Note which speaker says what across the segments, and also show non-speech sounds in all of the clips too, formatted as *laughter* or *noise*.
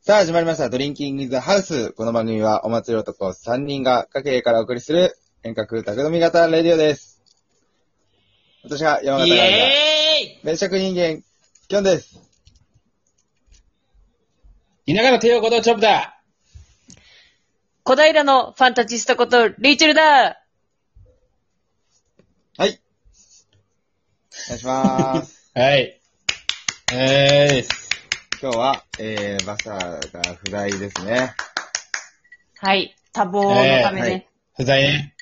Speaker 1: さあ、始まりました。ドリンキングイズハウス。この番組はお祭り男3人が家計からお送りする遠隔宅飲み型レディオです。私が山形
Speaker 2: イ
Speaker 1: から
Speaker 2: エーイ
Speaker 1: 名職人間、キョンです。
Speaker 3: 田舎の帝王ことチョップだ
Speaker 2: 小平のファンタジスタこと、リーチェルだ
Speaker 1: はい。お願いし
Speaker 2: *laughs*
Speaker 1: ます。
Speaker 3: はい。えーす。
Speaker 1: 今日は、えー、バサーが不在ですね。
Speaker 2: はい。多忙のため
Speaker 1: ええはい
Speaker 2: ね。
Speaker 3: 不在ね。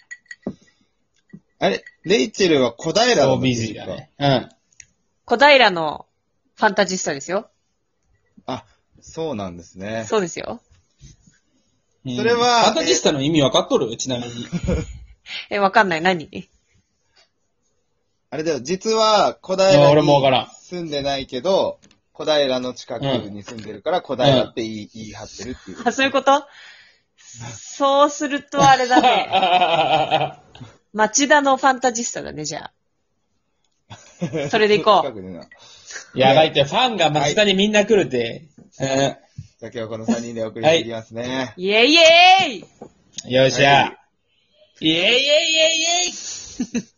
Speaker 1: あれレイチェルは小平だっ
Speaker 3: 大
Speaker 1: たん
Speaker 3: ビ
Speaker 1: です
Speaker 3: ジ
Speaker 1: か
Speaker 3: だね。うん。
Speaker 2: 小平のファンタジスタですよ。
Speaker 1: あ、そうなんですね。
Speaker 2: そうですよ。
Speaker 3: うん
Speaker 1: それは
Speaker 3: ファンタジスタの意味分かっとるちなみに。
Speaker 2: え、わかんない。何
Speaker 1: あれだよ、実は小
Speaker 3: あ
Speaker 1: 平
Speaker 3: 俺もわから
Speaker 1: に
Speaker 3: ん
Speaker 1: 住んでないけど、小平の近くに住んでるから小平って言い,、言い張ってるっていう。
Speaker 2: あ、 *laughs* そういうことそうするとあれだ *laughs* ね。町田のファンタジスタだね、じゃあ。 *laughs* それでいこ
Speaker 1: 近
Speaker 2: う。
Speaker 1: くにな。
Speaker 3: やばいって、ファンが松田にみんな来るって。
Speaker 1: じゃあ今日はこの3人でお送りしていきますね。
Speaker 2: イエイイエイ
Speaker 3: うん。よっしゃ。
Speaker 1: はい
Speaker 3: イエイイエイイエイイエイ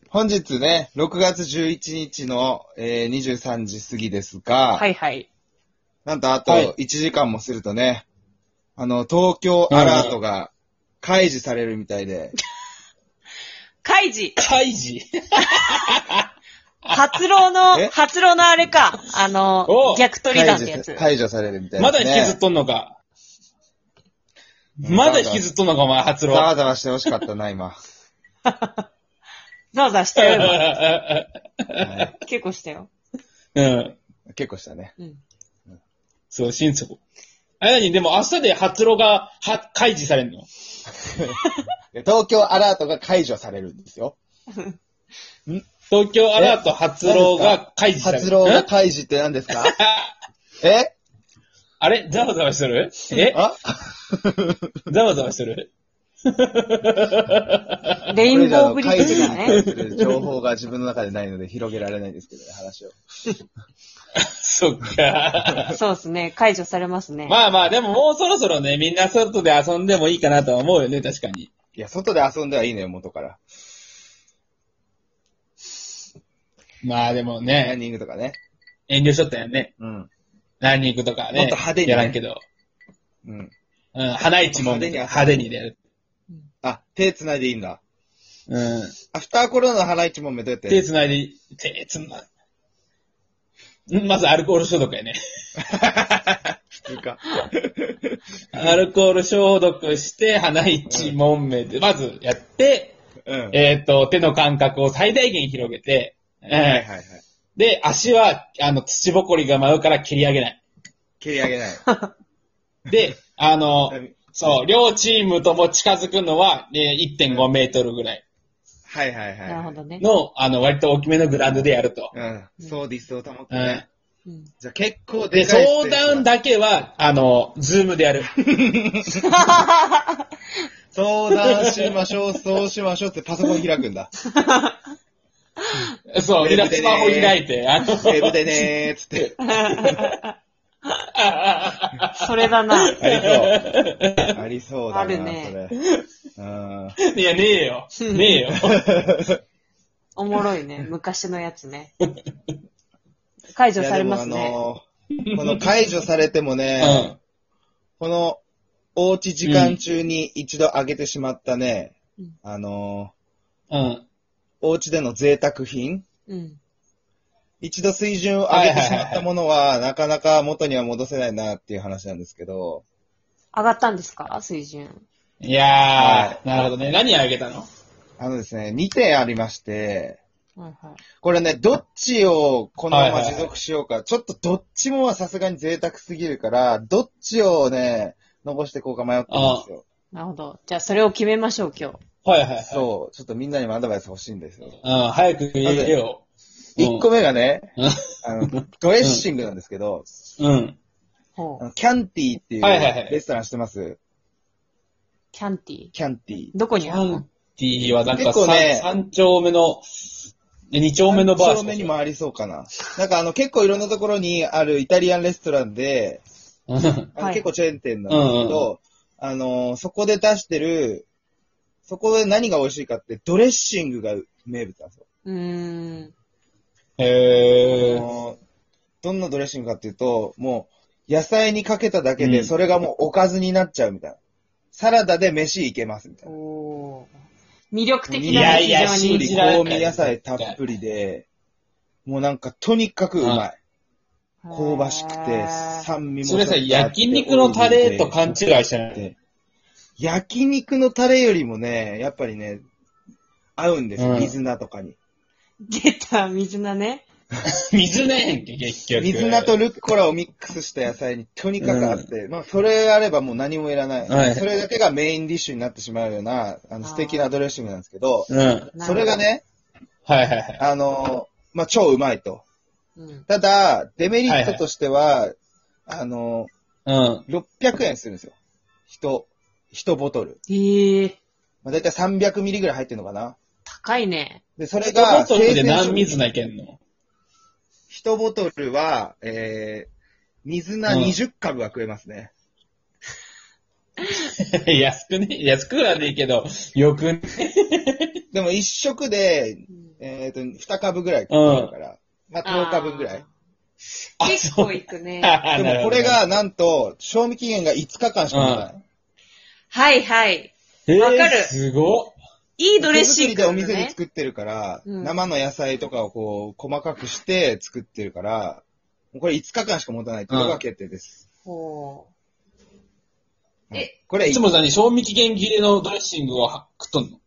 Speaker 1: 本日ね、6月11日の、えー23時過ぎですが、
Speaker 2: はいはい。
Speaker 1: なんとあと
Speaker 3: はい
Speaker 1: 1時間もするとね、あの、東京アラートが開示されるみたいで、
Speaker 2: 開示
Speaker 3: カイジ。
Speaker 2: 発浪の
Speaker 1: え、
Speaker 2: 発浪のあれか。あの
Speaker 3: お、
Speaker 2: 逆取り
Speaker 1: 解
Speaker 2: 団って
Speaker 1: 除
Speaker 2: や
Speaker 1: さ
Speaker 2: つ。
Speaker 1: 解除されるみたいで
Speaker 3: ますだ
Speaker 1: ね。
Speaker 3: 引きずっとんのか。まだ引きずっとんのか、お前、発
Speaker 1: ざ
Speaker 3: 露。
Speaker 1: わざわしてほしかったな、今。
Speaker 2: ざわざわしたよ、今
Speaker 1: はい
Speaker 2: 結構したよ。
Speaker 3: うん。
Speaker 1: 結構したね。
Speaker 2: うん。
Speaker 3: そう、心底。あれ何でも明日で発露が、は、開示されんの
Speaker 1: で東京アラートが解除されるんですよ。
Speaker 3: 東京アラート発露が開示される。
Speaker 1: 発浪が
Speaker 3: ん
Speaker 1: 開示って何ですかえ
Speaker 3: あれざわざわしてるえ
Speaker 1: あ
Speaker 3: ざわざわしてる
Speaker 2: レインボーブリッジだ
Speaker 1: これ
Speaker 2: ね。
Speaker 1: 以上の開示に関する情報が自分の中でないので広げられないんですけどね、話を。
Speaker 3: そっか。
Speaker 2: そうですね。解除されますね。
Speaker 3: まあまあ、でももうそろそろね、みんな外で遊んでもいいかなとは思うよね、確かに。
Speaker 1: いや、外で遊んではいいのよ、元から。
Speaker 3: まあでも
Speaker 1: ラン
Speaker 3: ね、
Speaker 1: ニングとかね。
Speaker 3: 遠慮しとったよね。
Speaker 1: うん。
Speaker 3: ランニングとかね。
Speaker 1: もっと派手にね
Speaker 3: やらんけど。
Speaker 1: うん。
Speaker 3: うん、花一もね
Speaker 1: 派手
Speaker 3: 派手
Speaker 1: に
Speaker 3: にでやる。
Speaker 1: あ、手繋いでいいんだ。
Speaker 3: うん。
Speaker 1: アフターコロナの腹一問目どうやって
Speaker 3: 手繋いで、手つな、んまずアルコール消毒やね。
Speaker 1: つか。
Speaker 3: アルコール消毒して、鼻一問目で、まずやって、
Speaker 1: うん。
Speaker 3: えっ、と、手の感覚を最大限広げて、
Speaker 1: はいはい
Speaker 3: えー
Speaker 1: はい。
Speaker 3: で、足は、あの、土ぼこりが舞うから蹴り上げない。
Speaker 1: 蹴り上
Speaker 3: *laughs*
Speaker 1: げない。 *laughs*
Speaker 3: で、あの、そう、両チームとも近づくのは、えー1.5メートルぐらい
Speaker 1: はいはいはい。
Speaker 2: なるほどね。
Speaker 3: の、あの、割と大きめのグラウンドでやると。
Speaker 1: うん。そうディスを保って
Speaker 3: うん
Speaker 1: ね。
Speaker 2: うん
Speaker 1: じゃあ結構
Speaker 3: で、
Speaker 1: でかいスペー
Speaker 3: 相
Speaker 1: スだ。
Speaker 3: 談だけは、あの、ズームでやる。
Speaker 1: 相談しましょう、そうしましょうってパソコン開くんだ。
Speaker 3: そう、
Speaker 1: ウェブでね
Speaker 3: スマホ開いて、あの
Speaker 1: ウ、ェブでねーっつって。
Speaker 2: それだな。
Speaker 1: ありそう。ありそうだな、
Speaker 2: あるね
Speaker 1: それ。うん。
Speaker 3: *laughs* いや、ねえ
Speaker 1: *laughs*
Speaker 3: よ。ねえよ。
Speaker 2: おもろいね。昔のやつね。解除されます
Speaker 1: いやで
Speaker 2: ね。
Speaker 1: もあのーこの解除されてもね、この、おうち時間中に一度上げてしまったね、
Speaker 2: うん
Speaker 1: あの
Speaker 3: うん。うん。
Speaker 1: ー、おうちでの贅沢品
Speaker 2: うん。
Speaker 1: 一度水準を上げてしまったものは、なかなか元には戻せないなっていう話なんですけど、
Speaker 2: 上がったんですか水準。
Speaker 3: いやー、なるほどね。何あげたの
Speaker 1: あのですね、2点ありまして、
Speaker 2: はいはい。
Speaker 1: これね、どっちをこのま
Speaker 3: は
Speaker 1: ま
Speaker 3: いはい
Speaker 1: 持続しようか。ちょっとどっちもはさすがに贅沢すぎるから、どっちをね、残していこうか迷ってるんですよ。
Speaker 2: なるほど。じゃあそれを決めましょう、今日。
Speaker 3: はいはいはい。
Speaker 1: そう。ちょっとみんなにもアドバイス欲しいんですよ。
Speaker 3: うん、早く言えよ。
Speaker 1: 1個目がね、
Speaker 3: うん
Speaker 1: あの、ドレッシングなんですけど、
Speaker 3: うん。
Speaker 2: ほ
Speaker 1: あ
Speaker 2: う。
Speaker 1: のキャンティーっていう
Speaker 3: はいはいはい
Speaker 1: レストランしてます。
Speaker 2: キャンティ。
Speaker 1: キャンティー。
Speaker 2: どこに
Speaker 3: キ
Speaker 2: ある
Speaker 3: ャ
Speaker 2: の
Speaker 3: ンティはなんか
Speaker 1: 結構ね
Speaker 3: 3, 三丁目の、2丁目のバー
Speaker 1: 正
Speaker 3: ス
Speaker 1: 面にもありそうかな。なんかあの、結構いろんなところにあるイタリアンレストランで、
Speaker 3: うん
Speaker 1: あの
Speaker 2: はい
Speaker 1: 結構チェーン店なんですけど、あのーそこで出してる、そこで何が美味しいかって、ドレッシングが名物なんですよ。
Speaker 2: うーん。
Speaker 3: へ
Speaker 1: あ
Speaker 3: ー。
Speaker 1: のーどんなドレッシングかっていうと、もう、野菜にかけただけで、
Speaker 3: うん
Speaker 1: それがもうおかずになっちゃうみたいな。サラダで飯いけますみたいな。
Speaker 2: おー魅力的
Speaker 1: い
Speaker 2: な
Speaker 1: や
Speaker 3: いや
Speaker 1: きゅ
Speaker 2: 非常
Speaker 1: う
Speaker 2: に
Speaker 1: り
Speaker 3: 信じられない
Speaker 1: 香味野菜たっぷりで、もうなんかとにかくうまい。香ばしくて、酸味も
Speaker 3: それ
Speaker 1: ち
Speaker 3: さ、
Speaker 1: ょっとあって
Speaker 3: 焼肉のタレと勘違いしてな
Speaker 1: っ
Speaker 3: い。
Speaker 1: て焼肉のタレよりもね、やっぱりね、合うんです
Speaker 3: う
Speaker 1: よ。
Speaker 3: ん
Speaker 1: 水菜とかに。
Speaker 2: 出た、水菜ね。
Speaker 3: 水ねんけ、結局。
Speaker 1: 水菜とルッコラをミックスした野菜にとにかく合って、まあそれあればもう何もいらない。
Speaker 3: はい
Speaker 1: それだけがメインディッシュになってしまうような、あの素敵なドレッシングなんですけど、
Speaker 3: うん。はい
Speaker 2: なるほ
Speaker 1: *laughs*
Speaker 2: ど
Speaker 1: それが、ね、
Speaker 3: はいはい。
Speaker 1: あの、まあ超うまいと。
Speaker 2: うん
Speaker 1: ただ、デメリットとしては、あの、
Speaker 3: うん。
Speaker 1: 600円するんですよ。一、一ボトル。
Speaker 2: へえ、
Speaker 1: まあ、だいたい300ミリぐらい入ってるのかな。
Speaker 2: 高いね。
Speaker 1: で、それ
Speaker 3: が、
Speaker 1: が、
Speaker 3: トルで何
Speaker 1: 水
Speaker 3: 水ないけんの
Speaker 1: 一ボトルは、えー、水菜
Speaker 3: うん
Speaker 1: 20株は食えますね。
Speaker 3: *laughs* 安くね、安くはねえけど、よくね。 *laughs*
Speaker 1: でも一食で、えっ、と、2株ぐらい食えるから、まあ10日分ぐらい。
Speaker 2: あー。
Speaker 3: あ
Speaker 2: 結
Speaker 3: そ
Speaker 2: 構
Speaker 3: う
Speaker 2: いくね。
Speaker 3: あ
Speaker 1: で
Speaker 3: なる
Speaker 1: もこ
Speaker 3: ほど
Speaker 1: れが、なんと、賞味期限が5日間しかない。
Speaker 2: はいはい。
Speaker 3: えー
Speaker 2: わかる
Speaker 3: すごっ。
Speaker 2: いいドレッ
Speaker 1: 手
Speaker 2: シ
Speaker 1: 作
Speaker 2: ン
Speaker 1: り
Speaker 2: グ
Speaker 1: で
Speaker 2: だ
Speaker 1: お
Speaker 2: ね。
Speaker 1: 店で作ってるから、
Speaker 2: うん
Speaker 1: 生の野菜とかをこう、細かくして作ってるから、もうこれ5日間しか持たないっていうのが決定です。
Speaker 2: ほう
Speaker 1: はい
Speaker 2: え、
Speaker 1: これ
Speaker 3: いつもさ、に賞味期限切れのドレッシングをは食っとんの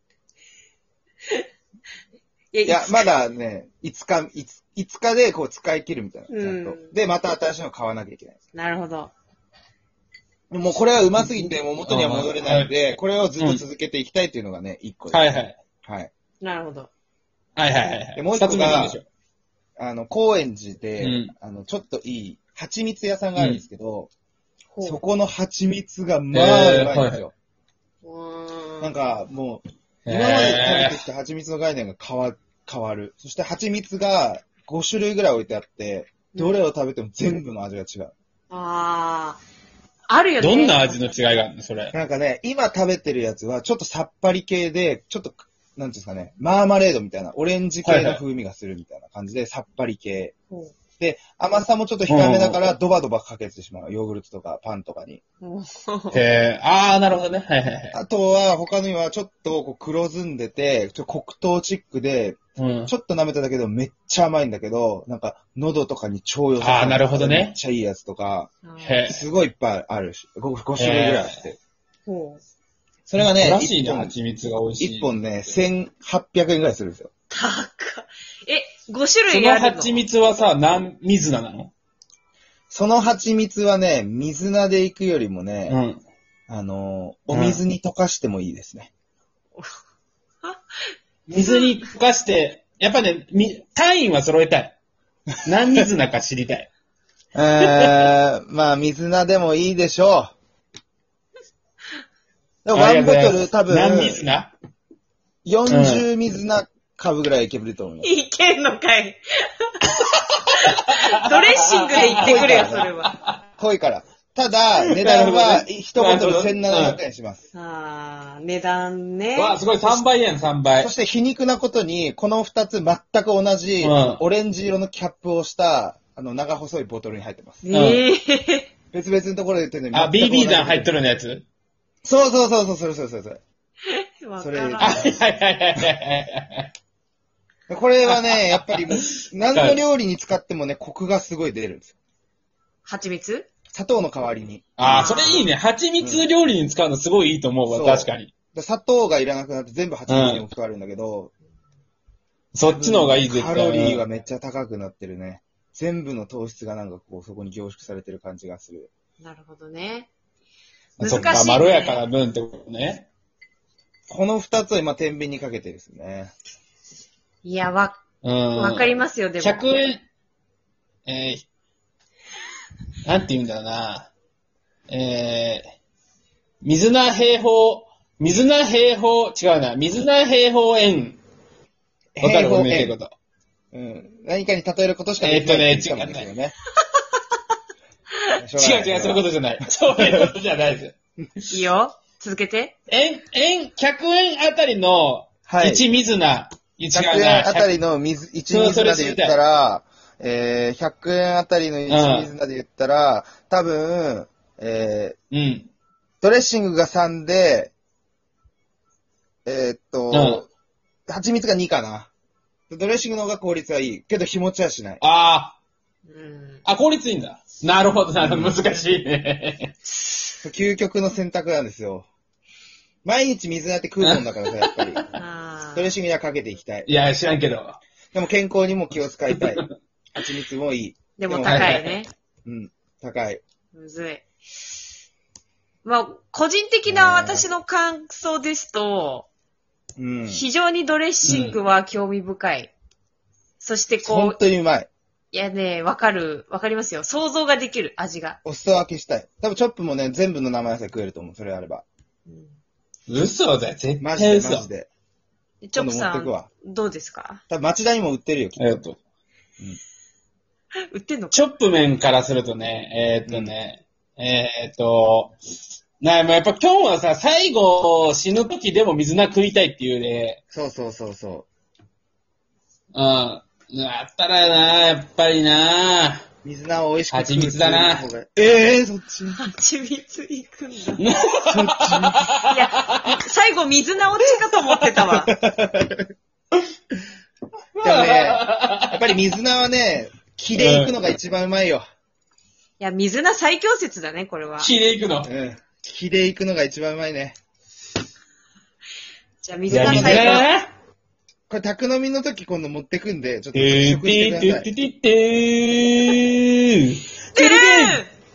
Speaker 2: いや、
Speaker 1: いや
Speaker 2: い、つ
Speaker 1: まだね、5日、5, 日でこう使い切るみたいな、ちゃんと。
Speaker 2: うん
Speaker 1: で、また新しいの買わなきゃいけない。
Speaker 2: なるほど。
Speaker 1: もうこれはうますぎて、もう元には戻れないので、これをずっと続けていきたいっていうのがね、1個です。
Speaker 3: はいはい。
Speaker 1: はい。
Speaker 2: なるほど。
Speaker 3: はいはいはい。
Speaker 1: でもう一個が
Speaker 3: 二つ目なんでしょ
Speaker 1: あの、高円寺で、
Speaker 3: うん
Speaker 1: あの、ちょっといい蜂蜜屋さんがあるんですけど、
Speaker 2: ほう
Speaker 1: そこの蜂蜜がまあうまいんですよ。
Speaker 2: うーん
Speaker 1: なんかもう、
Speaker 3: へー
Speaker 1: 今まで食べてきた蜂蜜の概念が変わ、変わる。そして蜂蜜が5種類ぐらい置いてあって、どれを食べても全部の味が違う。
Speaker 2: ああ。あるよね。
Speaker 3: どんな味の違いがあるのそ
Speaker 1: *laughs*
Speaker 3: れ。
Speaker 1: なんかね、今食べてるやつは、ちょっとさっぱり系で、ちょっと、なんていうんですかね、マーマレードみたいな、オレンジ系の風味がするみたいな感じで、さっぱり系。
Speaker 2: ほ
Speaker 1: で、甘さもちょっと控えめだから、ドバドバかけてしまう。ヨーグルトとかパンとかに。
Speaker 2: うほう
Speaker 3: へーあー、なるほどね。はいはいはい。
Speaker 1: あとは、他のにはちょっとこう黒ずんでて、ちょっと黒糖チックで、
Speaker 3: うん。
Speaker 1: ちょっと舐めただけでもめっちゃ甘いんだけど、なんか、喉とかに超良さ
Speaker 3: あーなるほどね
Speaker 1: めっちゃいいやつとか、
Speaker 3: へ
Speaker 1: すごいいっぱいあるし、5, 種類ぐらいあって。
Speaker 2: ほう
Speaker 1: それがね、
Speaker 3: らしい
Speaker 1: 1
Speaker 3: な、
Speaker 1: 本
Speaker 3: 蜂蜜が美味しい。
Speaker 1: 一本ね、1800円ぐらいするんですよ。
Speaker 2: 高っえ、5種
Speaker 3: そ
Speaker 2: 類あ
Speaker 3: の
Speaker 2: るの
Speaker 3: 蜂蜜はさ、何、水菜なの
Speaker 1: その蜂蜜はね、水菜で行くよりもね、
Speaker 3: うん。
Speaker 1: あのー、お水に溶かしてもいいですね。
Speaker 3: 水に溶かして、やっぱね、み、単位は揃えたい。何水菜か知りたい。
Speaker 1: えー、 *laughs* まあ、水菜でもいいでしょ *laughs* う。でも、
Speaker 3: あ
Speaker 1: ワ
Speaker 3: り
Speaker 1: ン
Speaker 3: が
Speaker 1: ボ
Speaker 3: とうご
Speaker 1: ト
Speaker 3: ざい
Speaker 1: ル多分、
Speaker 3: ます何水菜
Speaker 1: 40水菜株ぐらいいけると思います。
Speaker 2: いけんのかい。 *laughs* ドレッシングで言ってくれよ、それは。
Speaker 1: 濃いから。ただ、値段
Speaker 3: なる
Speaker 1: は
Speaker 3: ほどね
Speaker 1: 1ボトル
Speaker 3: なるほど
Speaker 1: 1700円します。
Speaker 2: ああ、値段ね。
Speaker 3: わあ、すごい、3倍やん、3倍
Speaker 1: そ。して皮肉なことに、この2つ全く同じ
Speaker 3: うん、
Speaker 1: オレンジ色のキャップをした、あの、長細いボトルに入ってます。
Speaker 2: ええ
Speaker 1: 別々のところで売ってるのに
Speaker 3: あ、
Speaker 1: 全く同じ
Speaker 3: BB 弾入っとるのや
Speaker 1: *laughs*
Speaker 3: つ
Speaker 1: そうそうそうそう、それそれそれそれ。
Speaker 2: わか
Speaker 1: それ
Speaker 2: らん。
Speaker 3: あ
Speaker 1: あ
Speaker 3: はいはいはいはいはい。
Speaker 1: これは
Speaker 3: *laughs*
Speaker 1: ね、やっぱりもう、何の料理に使ってもね、コクがすごい出るんですよ。
Speaker 2: 蜂蜜
Speaker 1: 砂糖の代わりに。
Speaker 3: ああ、それいいね。蜂蜜料理に使うのすごいいいと思うわ、
Speaker 1: そう
Speaker 3: 確かに。
Speaker 1: だ砂糖がいらなくなって全部蜂蜜に置き換わるんだけど、
Speaker 3: そっちの方がいい、絶
Speaker 1: カ
Speaker 3: 対。
Speaker 1: ロリーはめっちゃ高くなってるね。全部の糖質がなんかこう、そこに凝縮されてる感じがする。
Speaker 2: なるほどね。難しい、
Speaker 3: そ
Speaker 2: ね。
Speaker 3: っか、まろやかな分ってことね。
Speaker 1: この二つを今、天秤にかけてですね。
Speaker 2: いや、わ、
Speaker 3: うん。
Speaker 2: わかりますよ、でも。
Speaker 3: 100円、えー、なんて言うんだろうな。えー、水菜平方、水菜平方、違うな、水菜平方円。わかるこの言ってること。
Speaker 1: うん。何かに例えることしかできない *laughs*
Speaker 3: えーっとね
Speaker 1: 言ってたんですよね。
Speaker 3: 違う違う、そういうことじゃない。そういうことじゃないです。
Speaker 2: いいよ。続けて。
Speaker 3: 円、円、100円あたりの、
Speaker 1: はい。
Speaker 3: 1水菜。違
Speaker 1: 100
Speaker 3: うな。
Speaker 1: 円あたりの水、1水菜で言ったら、えー、100円あたりの1水菜で言ったら、多分、えー、
Speaker 3: うん。
Speaker 1: ドレッシングが3で、えーっと、蜂蜜が2かな。ドレッシングの方が効率はいい。けど日持ちはしない。
Speaker 3: あ
Speaker 2: うん。
Speaker 3: あ、あ、効率いいんだ。なるほど、なるほど、 *laughs* 難しいね。
Speaker 1: 究極の選択なんですよ。毎日水菜って食うもんだからさ、やっ
Speaker 2: *laughs*
Speaker 1: ぱり。ド
Speaker 2: あ
Speaker 1: レッ
Speaker 2: ー
Speaker 1: シングにはかけていきたい。
Speaker 3: いや、知らんけど。
Speaker 1: でも健康にも気を使いたい。蜂蜜もいい。
Speaker 2: でも
Speaker 1: でも
Speaker 2: 高
Speaker 3: はい
Speaker 2: いね。
Speaker 1: うん。高い。
Speaker 2: むずい。まあ、個人的な私の感想ですと、
Speaker 1: うん。
Speaker 2: 非常にドレッシングは興味深い。そしてこ
Speaker 1: 本
Speaker 2: う、
Speaker 1: 当にうまい。
Speaker 2: いやね、わかる、わかりますよ。想像ができる味が。
Speaker 1: お裾分けしたい。多分チョップもね、全部の生野菜食えると思う。それあれば。
Speaker 2: うん
Speaker 3: 嘘だよ、絶
Speaker 1: マジで
Speaker 3: 対嘘。
Speaker 1: マジで。
Speaker 2: でチョ
Speaker 1: 今度持
Speaker 2: ップさ
Speaker 1: ってく
Speaker 2: ん、
Speaker 1: わ。
Speaker 2: どうですか
Speaker 1: 多分町田にも売ってるよ、きっ
Speaker 3: ありがとう。
Speaker 2: 売ってんのか
Speaker 3: チョップ麺からするとね、えーっとね、えーっと、なまあやっぱ今日はさ、最後死ぬ時でも水菜食いたいっていうね、
Speaker 1: と。そうそうそうそ
Speaker 3: うん。あったらな、やっぱりな。
Speaker 1: う。水菜を美味しく
Speaker 3: 蜂蜜だな
Speaker 1: 作る方が。ええー、そっち。
Speaker 2: 蜂蜜いくんだ。いや、最後水菜落ちかと思ってたわ。
Speaker 1: でもね、やっぱり水菜はね、木でいくのが一番うまいよ。
Speaker 2: いや、水菜最強説だね、これは。
Speaker 3: 木で行くの。
Speaker 1: うん。木でいくのが一番うまいね。
Speaker 2: じゃあ
Speaker 3: い
Speaker 2: 水
Speaker 3: や、
Speaker 2: 菜
Speaker 3: 水菜
Speaker 2: 最強。
Speaker 3: だな。
Speaker 1: これ、宅飲みの時今度持ってくんで、ちょっと試
Speaker 3: てー
Speaker 1: 食しててく
Speaker 3: ー
Speaker 1: ださ
Speaker 3: てーて
Speaker 1: い。
Speaker 3: ーてーてーてーてー
Speaker 2: てる